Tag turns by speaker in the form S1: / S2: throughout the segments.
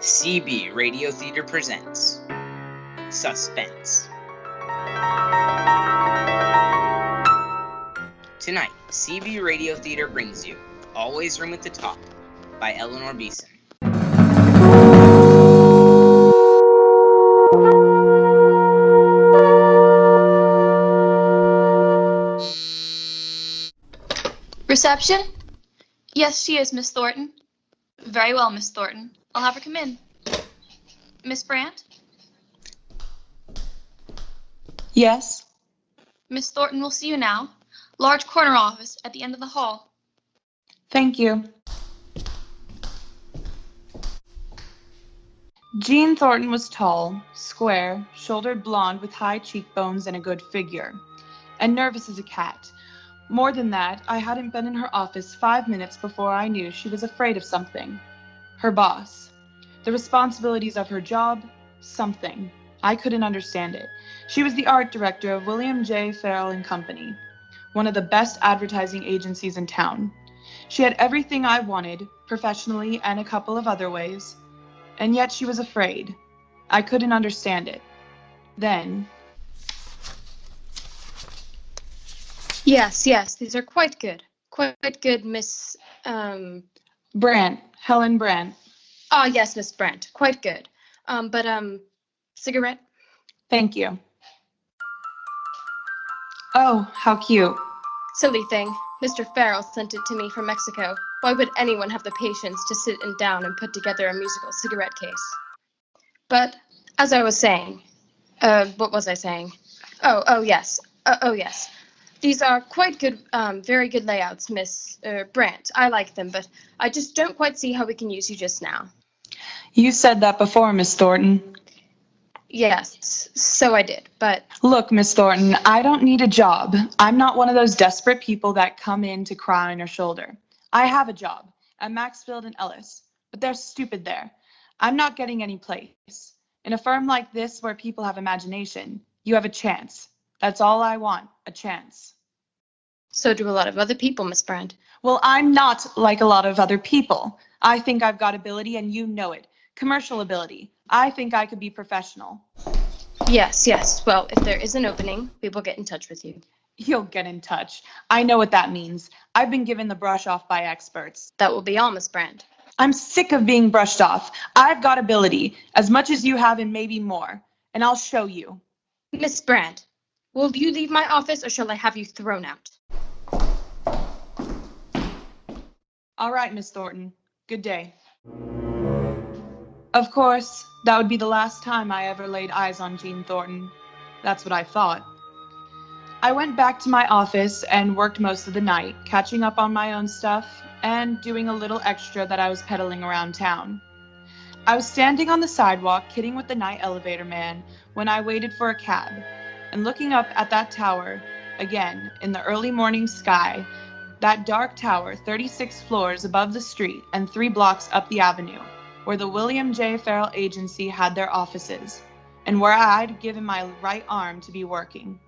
S1: CB Radio Theater presents Suspense. Tonight, CB Radio Theater brings you Always Room at the Top by Eleanor Beeson.
S2: Reception? Yes, she is, Miss Thornton. Very well, Miss Thornton. I'll have her come in. Miss Brandt?
S3: Yes.
S2: Miss Thornton will see you now. Large corner office at the end of the hall.
S3: Thank you. Jean Thornton was tall, square, shouldered blonde with high cheekbones and a good figure, and nervous as a cat. More than that, I hadn't been in her office five minutes before I knew she was afraid of something. Her boss. The responsibilities of her job. Something. I couldn't understand it. She was the art director of William J. Farrell and Company, one of the best advertising agencies in town. She had everything I wanted, professionally and a couple of other ways, and yet she was afraid. I couldn't understand it. Then,
S4: Yes, yes, these are quite good. Quite good, Miss. Um,
S3: Brant, Helen Brant.
S4: oh, yes, Miss Brent. Quite good. Um, but, um, cigarette?
S3: Thank you. Oh, how cute.
S4: Silly thing. Mr. Farrell sent it to me from Mexico. Why would anyone have the patience to sit and down and put together a musical cigarette case? But, as I was saying, uh, what was I saying? Oh, oh, yes. Uh, oh, yes. These are quite good, um, very good layouts, Miss uh, Brandt. I like them, but I just don't quite see how we can use you just now.
S3: You said that before, Miss Thornton.
S4: Yes, so I did, but
S3: Look, Miss Thornton, I don't need a job. I'm not one of those desperate people that come in to cry on your shoulder. I have a job at Maxfield and Ellis, but they're stupid there. I'm not getting any place. In a firm like this where people have imagination, you have a chance. That's all I want, a chance.
S4: So do a lot of other people, Miss Brand.
S3: Well, I'm not like a lot of other people. I think I've got ability and you know it. Commercial ability. I think I could be professional.
S4: Yes, yes. Well, if there is an opening, we will get in touch with you.
S3: You'll get in touch. I know what that means. I've been given the brush off by experts.
S4: That will be all, Miss Brand.
S3: I'm sick of being brushed off. I've got ability, as much as you have and maybe more, and I'll show you.
S4: Miss Brand, will you leave my office or shall I have you thrown out?
S3: All right, Miss Thornton. Good day. Of course, that would be the last time I ever laid eyes on Jean Thornton. That's what I thought. I went back to my office and worked most of the night, catching up on my own stuff and doing a little extra that I was peddling around town. I was standing on the sidewalk kidding with the night elevator man when I waited for a cab, and looking up at that tower again in the early morning sky that dark tower 36 floors above the street and three blocks up the avenue, where the William J. Farrell Agency had their offices, and where I'd given my right arm to be working.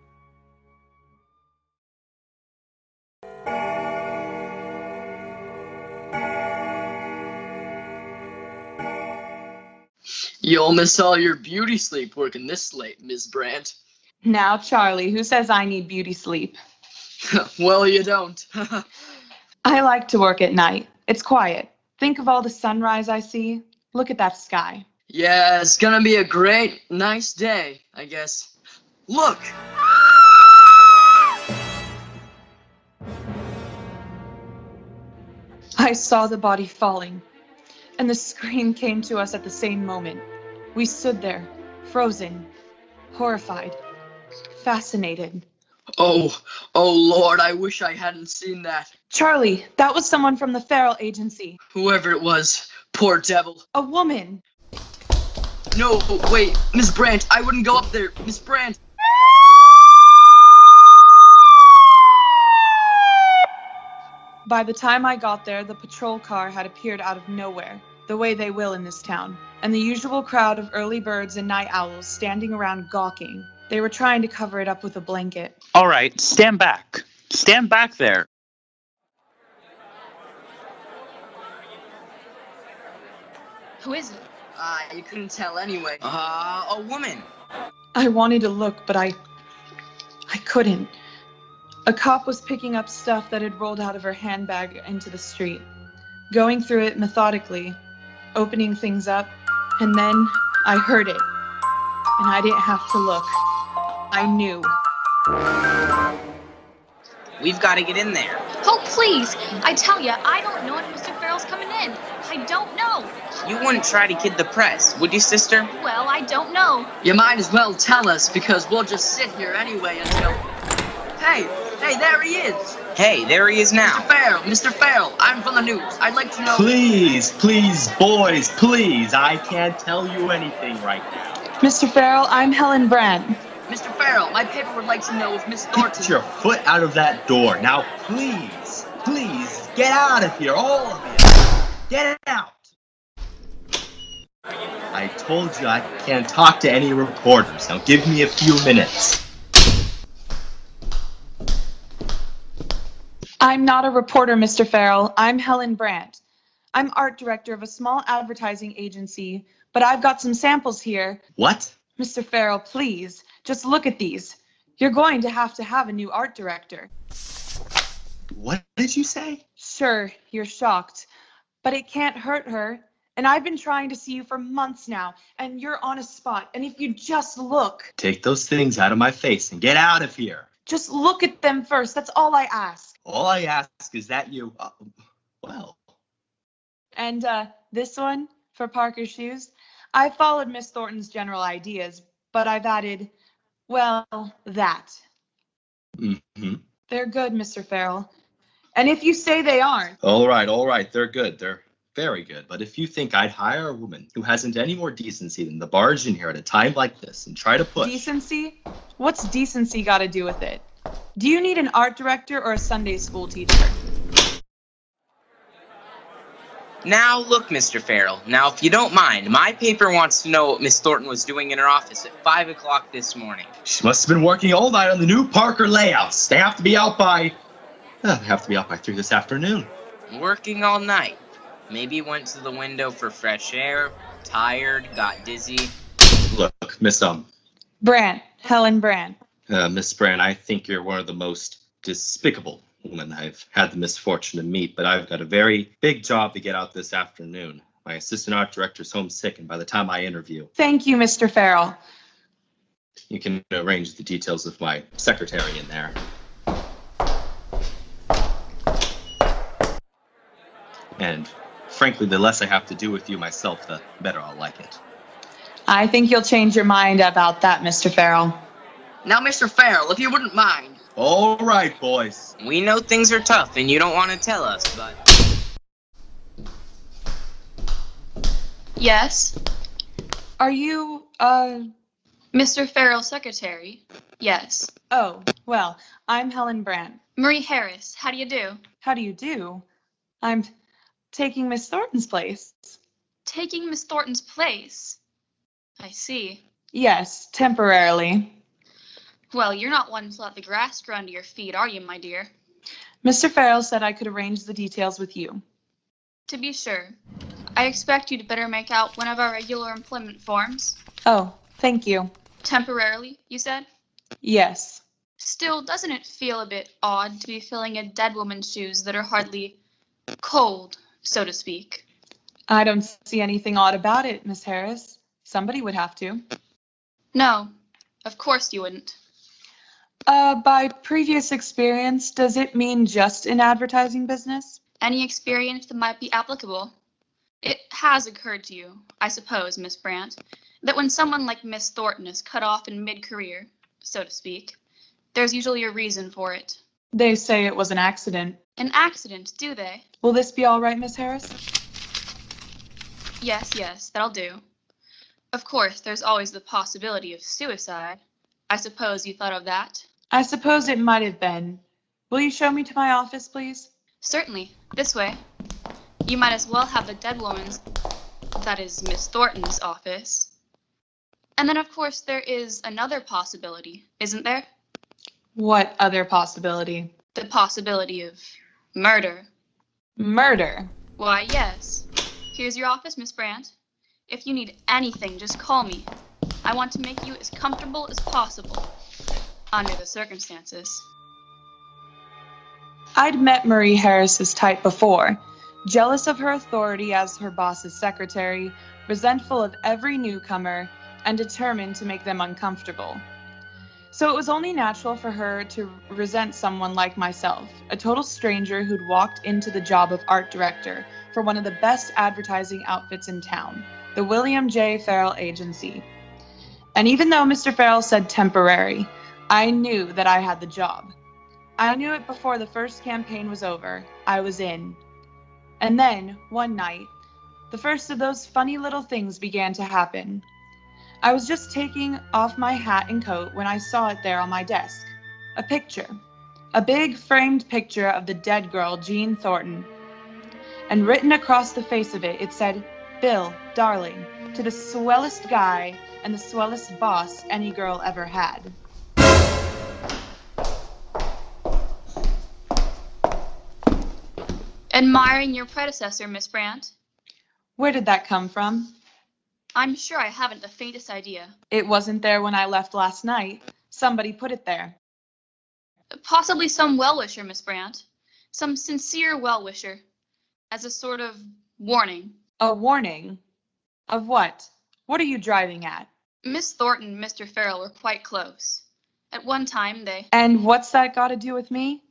S5: You'll miss all your beauty sleep working this late, Miss Brandt.
S3: Now, Charlie, who says I need beauty sleep?
S5: well, you don't.
S3: I like to work at night. It's quiet. Think of all the sunrise I see. Look at that sky.
S5: yeah, it's gonna be a great, nice day, I guess. Look!
S3: I saw the body falling, and the scream came to us at the same moment. We stood there, frozen, horrified, fascinated.
S5: Oh, oh Lord, I wish I hadn't seen that.
S3: Charlie, that was someone from the Farrell Agency.
S5: Whoever it was, poor devil.
S3: A woman.
S5: No, wait, Miss Brandt, I wouldn't go up there. Miss Brandt!
S3: By the time I got there, the patrol car had appeared out of nowhere, the way they will in this town, and the usual crowd of early birds and night owls standing around gawking. They were trying to cover it up with a blanket.
S6: All right, stand back. Stand back there.
S4: Who is it?
S5: Ah, you couldn't tell anyway. Uh-huh.
S1: Uh, a woman.
S3: I wanted to look, but I. I couldn't. A cop was picking up stuff that had rolled out of her handbag into the street, going through it methodically, opening things up, and then I heard it. And I didn't have to look. I knew.
S1: We've got to get in there.
S2: Oh, please! I tell you, I don't know if Mr. Farrell's coming in. I don't know.
S1: You wouldn't try to kid the press, would you, sister?
S2: Well, I don't know.
S5: You might as well tell us because we'll just sit here anyway until. Hey, hey, there he is!
S1: Hey, there he is
S5: Mr.
S1: now.
S5: Farrell, Mr. Farrell, I'm from the news. I'd like to know.
S7: Please, please, boys, please. I can't tell you anything right now.
S3: Mr. Farrell, I'm Helen Brandt.
S5: Mr. Farrell, my paper would like to know if Miss Thornton.
S7: Get your foot out of that door. Now, please, please, get out of here, all of you. Get out. I told you I can't talk to any reporters. Now, give me a few minutes.
S3: I'm not a reporter, Mr. Farrell. I'm Helen Brandt. I'm art director of a small advertising agency, but I've got some samples here.
S7: What?
S3: Mr. Farrell, please, just look at these. You're going to have to have a new art director.
S7: What did you say?
S3: Sure, you're shocked, but it can't hurt her. And I've been trying to see you for months now, and you're on a spot. And if you just look,
S7: Take those things out of my face and get out of here.
S3: just look at them first. That's all I ask.
S7: All I ask is that you. Uh, well,
S3: And uh, this one for Parker's shoes. I followed Miss Thornton's general ideas, but I've added, well, that.
S7: mm-hmm.
S3: They're good, Mr. Farrell. And if you say they aren't,
S7: All right, all right. They're good. They're very good. But if you think I'd hire a woman who hasn't any more decency than to barge in here at a time like this and try to push,
S3: Decency? What's decency got to do with it? Do you need an art director or a Sunday school teacher?
S1: Now, look, Mr. Farrell. Now, if you don't mind, my paper wants to know what Miss Thornton was doing in her office at 5 o'clock this morning.
S7: she must have been working all night on the new Parker layouts. They have to be out by. uh, they have to be out by three this afternoon.
S1: Working all night. Maybe went to the window for fresh air, tired, got dizzy.
S7: Look, Miss um,
S3: Brandt, Helen Brandt.
S7: uh, Miss Brand, I think you're one of the most despicable women I've had the misfortune to meet. But I've got a very big job to get out this afternoon. My assistant art director's homesick, and by the time I interview,
S3: Thank you, Mr. Farrell.
S7: you can arrange the details with my secretary in there. And frankly, the less I have to do with you myself, the better I'll like it.
S3: I think you'll change your mind about that, Mr. Farrell.
S5: Now, Mr. Farrell, if you wouldn't mind.
S7: All right, boys.
S1: We know things are tough and you don't want to tell us, but
S2: Yes?
S3: Are you, uh,
S2: Mr. Farrell's secretary? Yes.
S3: oh, well, I'm Helen Brandt.
S2: Marie Harris, how do you do?
S3: How do you do? I'm taking Miss Thornton's place.
S2: Taking Miss Thornton's place? I see.
S3: Yes, temporarily.
S2: Well, you're not one to let the grass grow under your feet, are you, my dear?
S3: Mr. Farrell said I could arrange the details with you.
S2: To be sure. I expect you'd better make out one of our regular employment forms.
S3: Oh, thank you.
S2: Temporarily, you said?
S3: Yes.
S2: Still, doesn't it feel a bit odd to be filling a dead woman's shoes that are hardly cold, so to speak?
S3: I don't see anything odd about it, Miss Harris. Somebody would have to.
S2: No, of course you wouldn't.
S3: Uh, by previous experience, does it mean just in advertising business?
S2: Any experience that might be applicable? It has occurred to you, I suppose, Miss Brandt, that when someone like Miss Thornton is cut off in mid career, so to speak, there's usually a reason for it.
S3: They say it was an accident.
S2: An accident, do they?
S3: Will this be all right, Miss Harris?
S2: Yes, yes, that'll do. Of course, there's always the possibility of suicide. I suppose you thought of that?
S3: I suppose it might have been. Will you show me to my office, please?
S2: Certainly, this way. You might as well have the dead woman's, that is, Miss Thornton's office. And then, of course, there is another possibility, isn't there?
S3: What other possibility?
S2: The possibility of murder.
S3: Murder.
S2: Why, yes. Here's your office, Miss Brandt. If you need anything, just call me. I want to make you as comfortable as possible under the circumstances.
S3: I'd met Marie Harris's type before, jealous of her authority as her boss's secretary, resentful of every newcomer, and determined to make them uncomfortable. So it was only natural for her to resent someone like myself, a total stranger who'd walked into the job of art director for one of the best advertising outfits in town, the William J. Farrell Agency. And even though Mr. Farrell said temporary, I knew that I had the job. I knew it before the first campaign was over. I was in. And then, one night, the first of those funny little things began to happen. I was just taking off my hat and coat when I saw it there on my desk a picture. A big framed picture of the dead girl, Jean Thornton. And written across the face of it, it said, Bill, darling, to the swellest guy and the swellest boss any girl ever had.
S2: Admiring your predecessor, Miss Brandt?
S3: Where did that come from?
S2: I'm sure I haven't the faintest idea.
S3: It wasn't there when I left last night. Somebody put it there.
S2: Possibly some well wisher, Miss Brandt. Some sincere well wisher. As a sort of warning.
S3: A warning? Of what? What are you driving at?
S2: Miss Thornton and Mr. Farrell were quite close. At one time, they.
S3: And what's that got to do with me?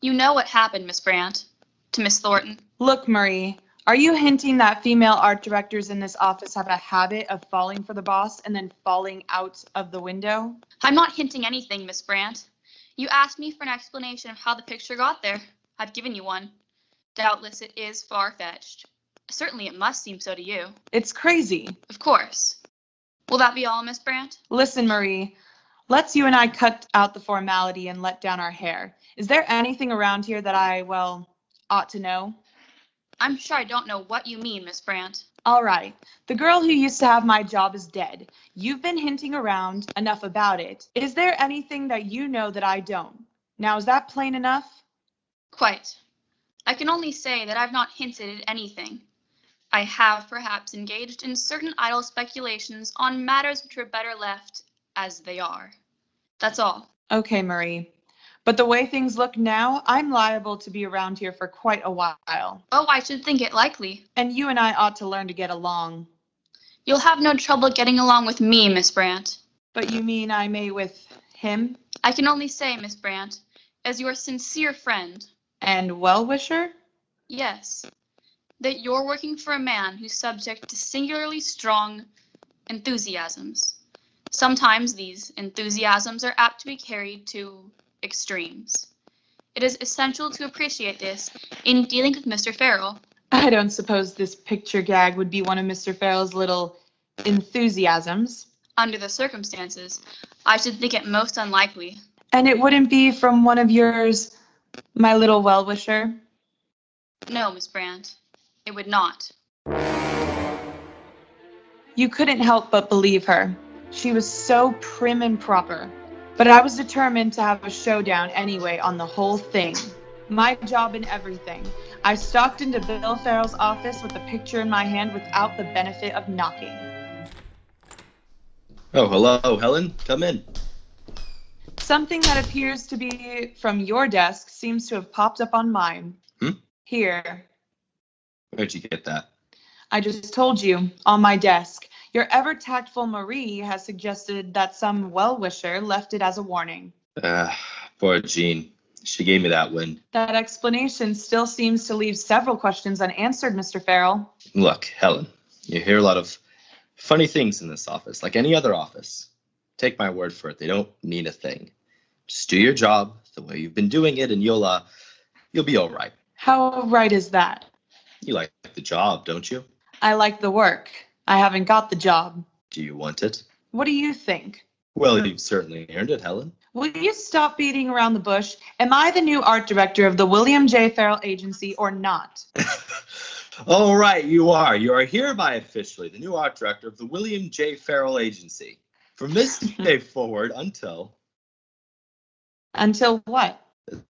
S2: You know what happened, Miss Brandt, to Miss Thornton.
S3: Look, Marie, are you hinting that female art directors in this office have a habit of falling for the boss and then falling out of the window?
S2: I'm not hinting anything, Miss Brandt. You asked me for an explanation of how the picture got there. I've given you one. Doubtless it is far fetched. Certainly it must seem so to you.
S3: It's crazy.
S2: Of course. Will that be all, Miss Brandt?
S3: Listen, Marie, let's you and I cut out the formality and let down our hair. Is there anything around here that I, well, ought to know?
S2: I'm sure I don't know what you mean, Miss Brandt.
S3: All right. The girl who used to have my job is dead. You've been hinting around. Enough about it. Is there anything that you know that I don't? Now, is that plain enough?
S2: Quite. I can only say that I've not hinted at anything. I have perhaps engaged in certain idle speculations on matters which were better left as they are. That's all.
S3: Okay, Marie. But the way things look now, I'm liable to be around here for quite a while.
S2: Oh, I should think it likely.
S3: And you and I ought to learn to get along.
S2: You'll have no trouble getting along with me, Miss Brandt.
S3: But you mean I may with him
S2: I can only say, Miss Brandt, as your sincere friend,
S3: and well wisher?
S2: yes, that you're working for a man who's subject to singularly strong enthusiasms. Sometimes these enthusiasms are apt to be carried to extremes. It is essential to appreciate this in dealing with Mr. Farrell.
S3: I don't suppose this picture gag would be one of Mr. Farrell's little enthusiasms.
S2: Under the circumstances, I should think it most unlikely.
S3: And it wouldn't be from one of yours, my little well wisher.
S2: No, Miss Brandt, it would not.
S3: You couldn't help but believe her. She was so prim and proper. But I was determined to have a showdown anyway on the whole thing. My job and everything. I stalked into Bill Farrell's office with the picture in my hand without the benefit of knocking.
S7: Oh, hello, Helen. Come in.
S3: Something that appears to be from your desk seems to have popped up on mine.
S7: Hmm?
S3: Here.
S7: Where'd you get that?
S3: I just told you, on my desk. Your ever tactful Marie has suggested that some well wisher left it as a warning.
S7: Ah, poor Jean. She gave me that one.
S3: That explanation still seems to leave several questions unanswered, Mr. Farrell.
S7: Look, Helen, you hear a lot of funny things in this office, like any other office. Take my word for it, they don't mean a thing. Just do your job the way you've been doing it, and you'll uh, you'll be all right.
S3: How right is that?
S7: You like the job, don't you?
S3: I like the work. I haven't got the job.
S7: Do you want it?
S3: What do you think?
S7: Well, you've certainly earned it, Helen.
S3: Will you stop beating around the bush? Am I the new art director of the William J. Farrell Agency or not?
S7: All right, you are. You are hereby officially the new art director of the William J. Farrell Agency. From this day forward until
S3: Until what?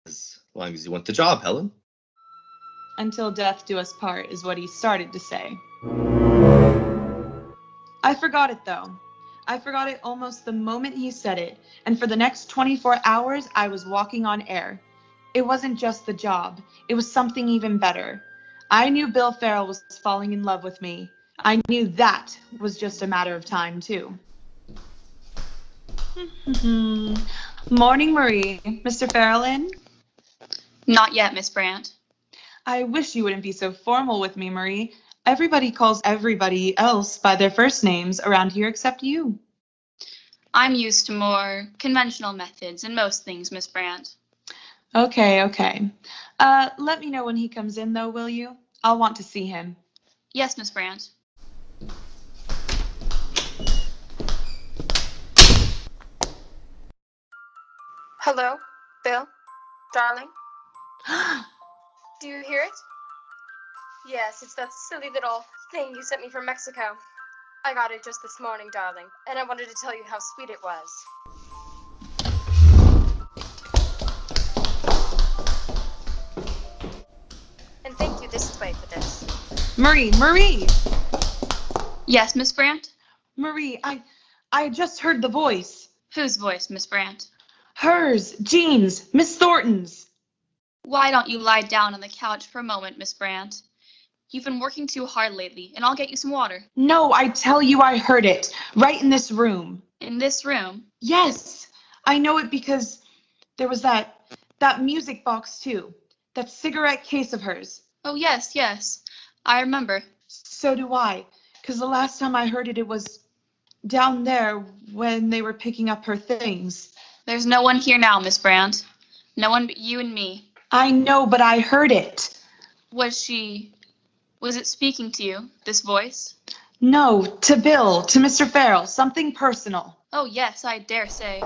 S7: as long as you want the job, Helen.
S3: Until death do us part, is what he started to say. I forgot it though. I forgot it almost the moment he said it, and for the next 24 hours, I was walking on air. It wasn't just the job, it was something even better. I knew Bill Farrell was falling in love with me. I knew that was just a matter of time, too. Morning, Marie. Mr. Farrell in?
S2: Not yet, Miss Brandt.
S3: I wish you wouldn't be so formal with me, Marie. Everybody calls everybody else by their first names around here except you.
S2: I'm used to more conventional methods in most things, Miss Brandt.
S3: Okay, okay. Uh, let me know when he comes in, though, will you? I'll want to see him.
S2: Yes, Miss Brandt.
S4: Hello, Bill? Darling? Do you hear it? Yes, it's that silly little thing you sent me from Mexico. I got it just this morning, darling, and I wanted to tell you how sweet it was. And thank you this way for this.
S3: Marie, Marie,
S2: Yes, Miss Brandt?
S3: Marie, I, I just heard the voice.
S2: Whose voice, Miss Brandt?
S3: Hers, Jean's, Miss Thornton's.
S2: Why don't you lie down on the couch for a moment, Miss Brandt? You've been working too hard lately, and I'll get you some water.
S3: No, I tell you, I heard it right in this room.
S2: In this room,
S3: Yes, I know it because there was that that music box too, that cigarette case of hers.
S2: Oh, yes, yes. I remember.
S3: So do I, because the last time I heard it, it was down there when they were picking up her things.
S2: There's no one here now, Miss Brandt. No one but you and me.
S3: I know, but I heard it.
S2: Was she. Was it speaking to you, this voice?
S3: No, to Bill, to Mr. Farrell, something personal.
S2: Oh, yes, I dare say.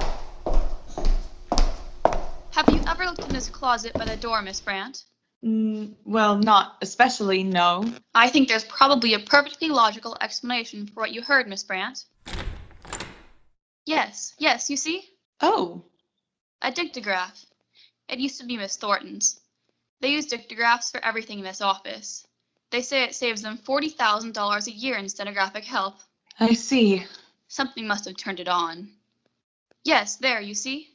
S2: Have you ever looked in this closet by the door, Miss Brandt?
S3: Mm, well, not especially, no.
S2: I think there's probably a perfectly logical explanation for what you heard, Miss Brandt. Yes, yes, you see?
S3: Oh,
S2: A dictograph. It used to be Miss Thornton's. They use dictographs for everything in this office. They say it saves them $40,000 a year in stenographic help.
S3: I see.
S2: Something must have turned it on. Yes, there, you see?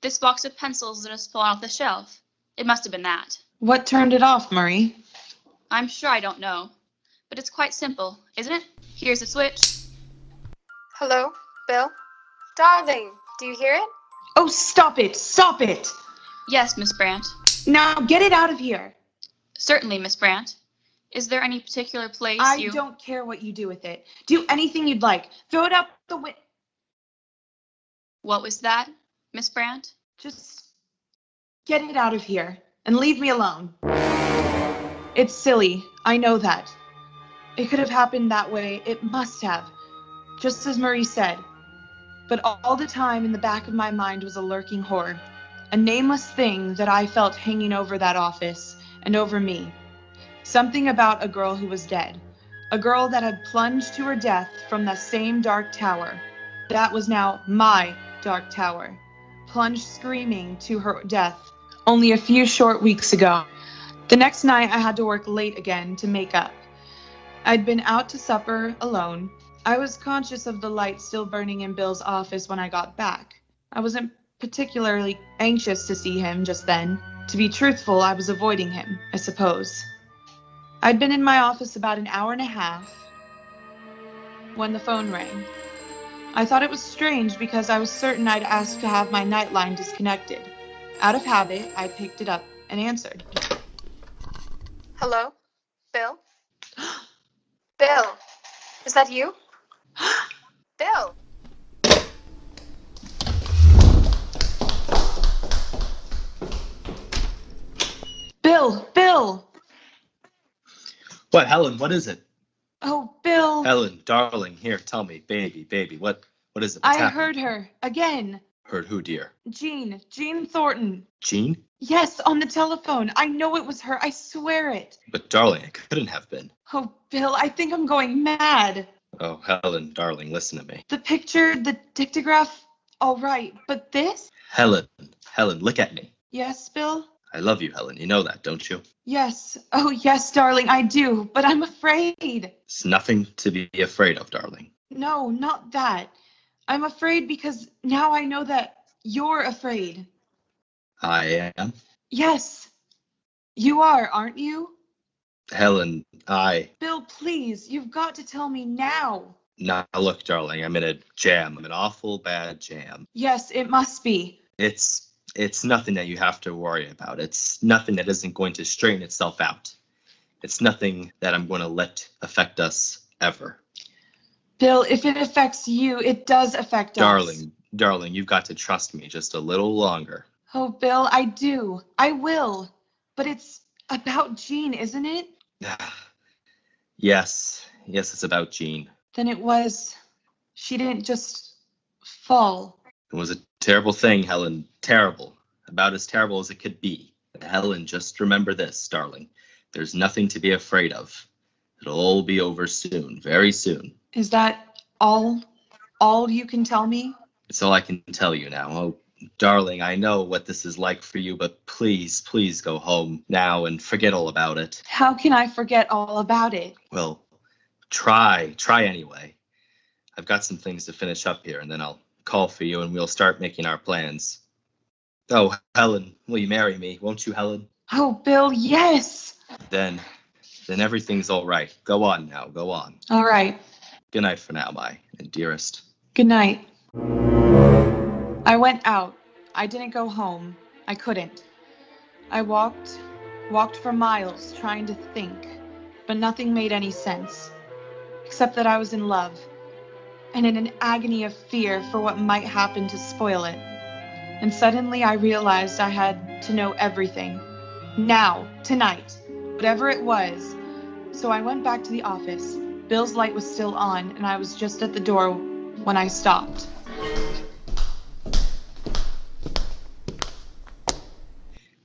S2: This box of pencils that has fallen off the shelf. It must have been that.
S3: What turned it off, Marie?
S2: I'm sure I don't know. But it's quite simple, isn't it? Here's the switch.
S4: Hello, Bill? Darling, do you hear it?
S3: Oh, stop it! Stop it!
S2: Yes, Miss Brandt.
S3: Now get it out of here.
S2: Certainly, Miss Brandt. Is there any particular place
S3: I
S2: you
S3: don't care what you do with it. Do anything you'd like. Throw it out the window.
S2: What was that, Miss Brandt?
S3: Just get it out of here and leave me alone. It's silly. I know that. It could have happened that way. It must have. Just as Marie said. But all the time in the back of my mind was a lurking horror, a nameless thing that I felt hanging over that office and over me. Something about a girl who was dead, a girl that had plunged to her death from that same dark tower. That was now my dark tower plunged screaming to her death only a few short weeks ago. The next night, I had to work late again to make up. I'd been out to supper alone. I was conscious of the light still burning in Bill's office when I got back. I wasn't particularly anxious to see him just then. To be truthful, I was avoiding him, I suppose. I'd been in my office about an hour and a half when the phone rang. I thought it was strange because I was certain I'd asked to have my nightline disconnected. Out of habit, I picked it up and answered.
S4: Hello, Bill? Bill, is that you? Bill,
S3: Bill, Bill!
S7: What, Helen? What is it?
S3: Oh, Bill!
S7: Helen, darling, here, tell me, baby, baby, what, what is it? What's
S3: I
S7: happened?
S3: heard her again.
S7: Heard who, dear?
S3: Jean, Jean Thornton.
S7: Jean?
S3: Yes, on the telephone. I know it was her. I swear it.
S7: But darling, it couldn't have been.
S3: Oh, Bill, I think I'm going mad.
S7: Oh, Helen, darling, listen to me.
S3: The picture, the dictograph, all right, but this?
S7: Helen, Helen, look at me.
S3: Yes, Bill?
S7: I love you, Helen. You know that, don't you?
S3: Yes. Oh, yes, darling, I do, but I'm afraid.
S7: It's nothing to be afraid of, darling.
S3: No, not that. I'm afraid because now I know that you're afraid.
S7: I am.
S3: Yes. You are, aren't you?
S7: Helen, I.
S3: Bill, please, you've got to tell me now.
S7: Now, look, darling, I'm in a jam. I'm an awful bad jam.
S3: Yes, it must be.
S7: It's. It's nothing that you have to worry about. It's nothing that isn't going to straighten itself out. It's nothing that I'm going to let affect us ever.
S3: Bill, if it affects you, it does affect us.
S7: Darling, darling, you've got to trust me just a little longer.
S3: Oh, Bill, I do. I will. But it's about Jean, isn't it?
S7: yes, yes, it's about Jean.
S3: Then it was. She didn't just fall.
S7: It was a terrible thing, Helen. Terrible. About as terrible as it could be. But Helen, just remember this, darling. There's nothing to be afraid of. It'll all be over soon, very soon.
S3: Is that all? All you can tell me?
S7: It's all I can tell you now. Oh, darling, I know what this is like for you, but please, please go home now and forget all about it.
S3: How can I forget all about it?
S7: Well, try, try anyway. I've got some things to finish up here, and then I'll call for you and we'll start making our plans. Oh, Helen, will you marry me? Won't you, Helen?
S3: Oh, Bill, yes.
S7: Then, then everything's all right. Go on now, go on.
S3: All right.
S7: Good night for now, my dearest.
S3: Good night. I went out. I didn't go home. I couldn't. I walked, walked for miles trying to think, but nothing made any sense, except that I was in love, and in an agony of fear for what might happen to spoil it. And suddenly I realized I had to know everything. Now, tonight, whatever it was. So I went back to the office. Bill's light was still on, and I was just at the door when I stopped.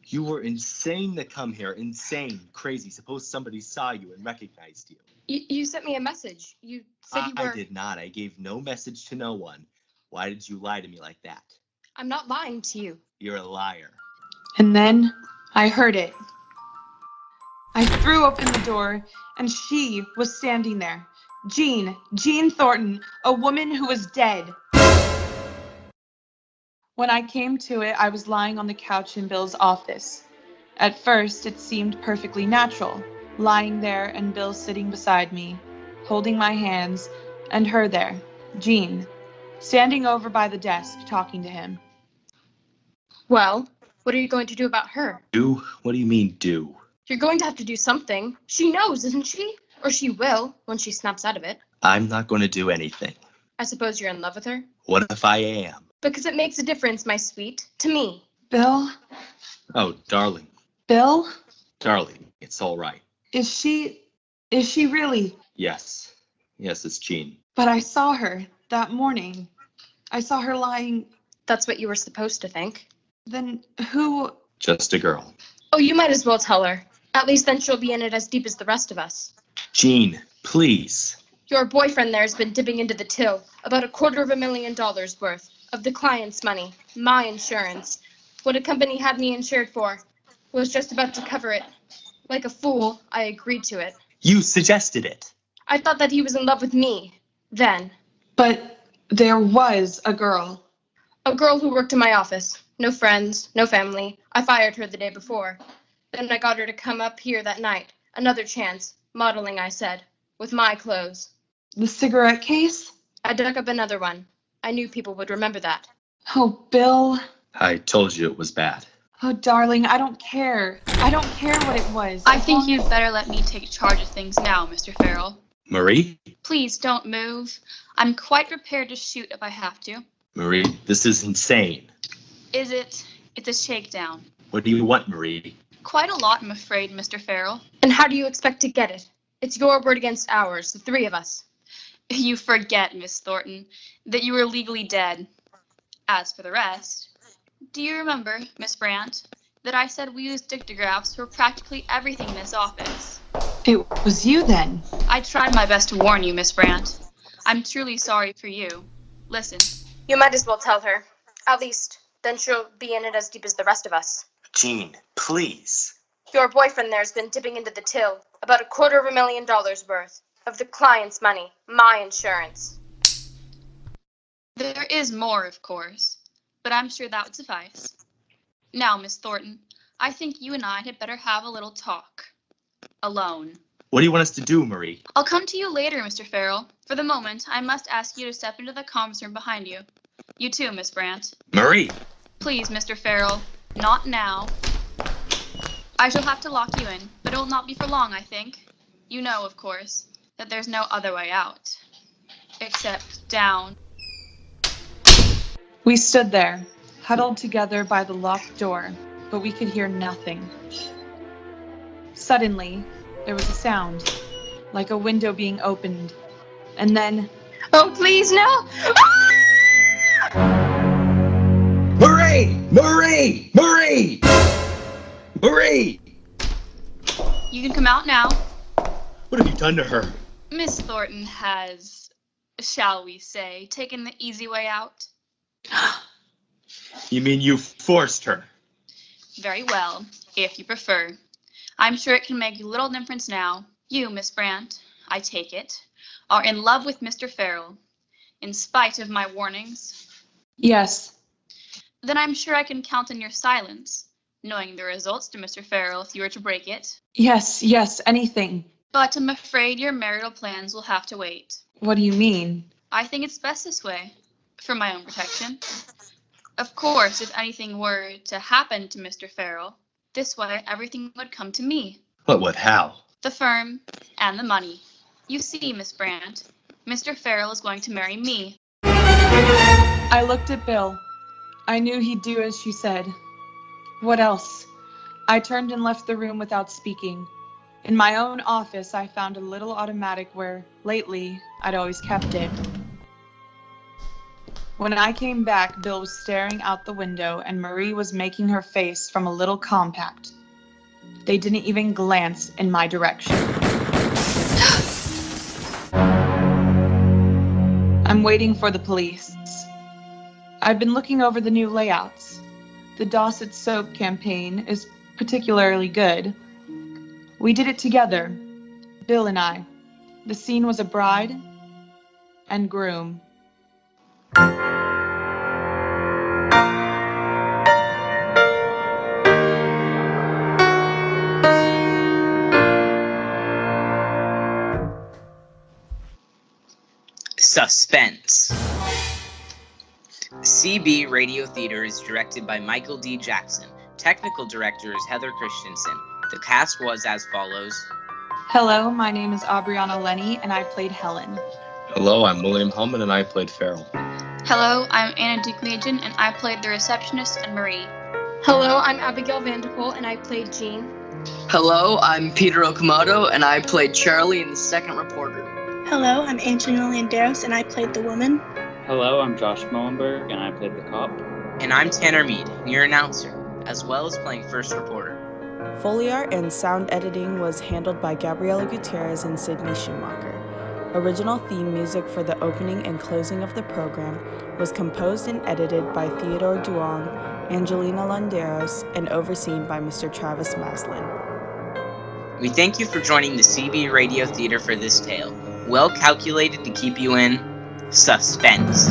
S7: You were insane to come here. Insane, crazy. Suppose somebody saw you and recognized you.
S4: You, you sent me a message. You said
S7: I,
S4: you were.
S7: I did not. I gave no message to no one. Why did you lie to me like that?
S4: I'm not lying to you.
S7: You're a liar.
S3: And then I heard it. I threw open the door, and she was standing there. Jean, Jean Thornton, a woman who was dead. When I came to it, I was lying on the couch in Bill's office. At first, it seemed perfectly natural, lying there and Bill sitting beside me, holding my hands, and her there, Jean, standing over by the desk talking to him.
S4: Well, what are you going to do about her?
S7: Do? What do you mean, do?
S4: You're going to have to do something. She knows, isn't she? Or she will when she snaps out of it.
S7: I'm not going to do anything.
S4: I suppose you're in love with her?
S7: What if I am?
S4: Because it makes a difference, my sweet, to me.
S3: Bill?
S7: Oh, darling,
S3: Bill?
S7: darling, it's all right.
S3: Is she. Is she really?
S7: Yes, yes, it's Jean.
S3: But I saw her that morning. I saw her lying.
S4: That's what you were supposed to think.
S3: Then who.
S7: Just a girl.
S4: Oh, you might as well tell her. At least then she'll be in it as deep as the rest of us.
S7: Jean, please.
S4: Your boyfriend there's been dipping into the till about a quarter of a million dollars worth of the client's money, my insurance. What a company had me insured for was just about to cover it. Like a fool, I agreed to it.
S7: You suggested it.
S4: I thought that he was in love with me then.
S3: But there was a girl.
S4: A girl who worked in my office. No friends, no family. I fired her the day before. Then I got her to come up here that night. Another chance. Modeling, I said. With my clothes.
S3: The cigarette case?
S4: I dug up another one. I knew people would remember that.
S3: Oh, Bill.
S7: I told you it was bad.
S3: Oh, darling, I don't care. I don't care what it was.
S2: I
S3: As
S2: think
S3: long
S2: you'd
S3: as-
S2: better let me take charge of things now, Mr. Farrell.
S7: Marie?
S2: Please don't move. I'm quite prepared to shoot if I have to.
S7: Marie, this is insane.
S2: Is it? It's a shakedown.
S7: What do you want, Marie?
S2: Quite a lot, I'm afraid, Mr. Farrell.
S4: And how do you expect to get it? It's your word against ours, the three of us.
S2: You forget, Miss Thornton, that you were legally dead. As for the rest, do you remember, Miss Brandt, that I said we used dictographs for practically everything in this office?
S3: It was you then.
S2: I tried my best to warn you, Miss Brandt. I'm truly sorry for you. Listen,
S4: You might as well tell her. At least, then she'll be in it as deep as the rest of us.
S7: Jean, please.
S4: Your boyfriend there's been dipping into the till about a quarter of a million dollars worth of the client's money, my insurance.
S2: There is more, of course, but I'm sure that would suffice. Now, Miss Thornton, I think you and I had better have a little talk. Alone.
S7: What do you want us to do, Marie?
S2: I'll come to you later, Mr. Farrell. For the moment, I must ask you to step into the comms room behind you. You too, Miss Brandt.
S7: Marie!
S2: Please, Mr. Farrell, not now. I shall have to lock you in, but it will not be for long, I think. You know, of course, that there's no other way out. Except down.
S3: We stood there, huddled together by the locked door, but we could hear nothing. Suddenly, there was a sound, like a window being opened, and then
S4: Oh, please, no!
S7: Marie! Marie! Marie! Marie!
S2: You can come out now.
S7: What have you done to her?
S2: Miss Thornton has, shall we say, taken the easy way out.
S7: You mean you forced her?
S2: Very well, if you prefer. I'm sure it can make little difference now. You, Miss Brandt, I take it, are in love with Mr. Farrell, in spite of my warnings.
S3: yes,
S2: Then I'm sure I can count on your silence, knowing the results to Mr. Farrell if you were to break it.
S3: yes, yes, anything.
S2: But I'm afraid your marital plans will have to wait.
S3: What do you mean?
S2: I think it's best this way, for my own protection. Of course, if anything were to happen to Mr. Farrell, this way everything would come to me.
S7: What, what, how?
S2: the firm, and the money. You see, Miss Brandt, Mr. Farrell is going to marry me.
S3: I looked at Bill. I knew he'd do as she said. What else? I turned and left the room without speaking. In my own office, I found a little automatic where, lately, I'd always kept it. When I came back, Bill was staring out the window and Marie was making her face from a little compact. They didn't even glance in my direction. I'm waiting for the police. I've been looking over the new layouts. The Dosset soap campaign is particularly good. We did it together, Bill and I. The scene was a bride and groom.
S1: Suspense. CB Radio Theater is directed by Michael D. Jackson. Technical director is Heather Christensen. The cast was as follows
S3: Hello, my name is Aubriana Lenny, and I played Helen.
S7: Hello, I'm William Hellman and I played Farrell.
S2: Hello, I'm Anna Duke-Legion, and I played the receptionist and Marie.
S4: Hello, I'm Abigail Vanderpool, and I played Jean.
S5: Hello, I'm Peter Okamoto, and I played Charlie in the second reporter.
S8: Hello, I'm Angelina Landeros, and I played the woman.
S6: Hello, I'm Josh Mullenberg, and I played the cop.
S1: And I'm Tanner Mead, your announcer, as well as playing first reporter.
S9: Foley art and sound editing was handled by Gabriela Gutierrez and Sydney Schumacher. Original theme music for the opening and closing of the program was composed and edited by Theodore Duong, Angelina Landeros, and overseen by Mr. Travis Maslin.
S1: We thank you for joining the CB Radio Theater for this tale, well calculated to keep you in suspense.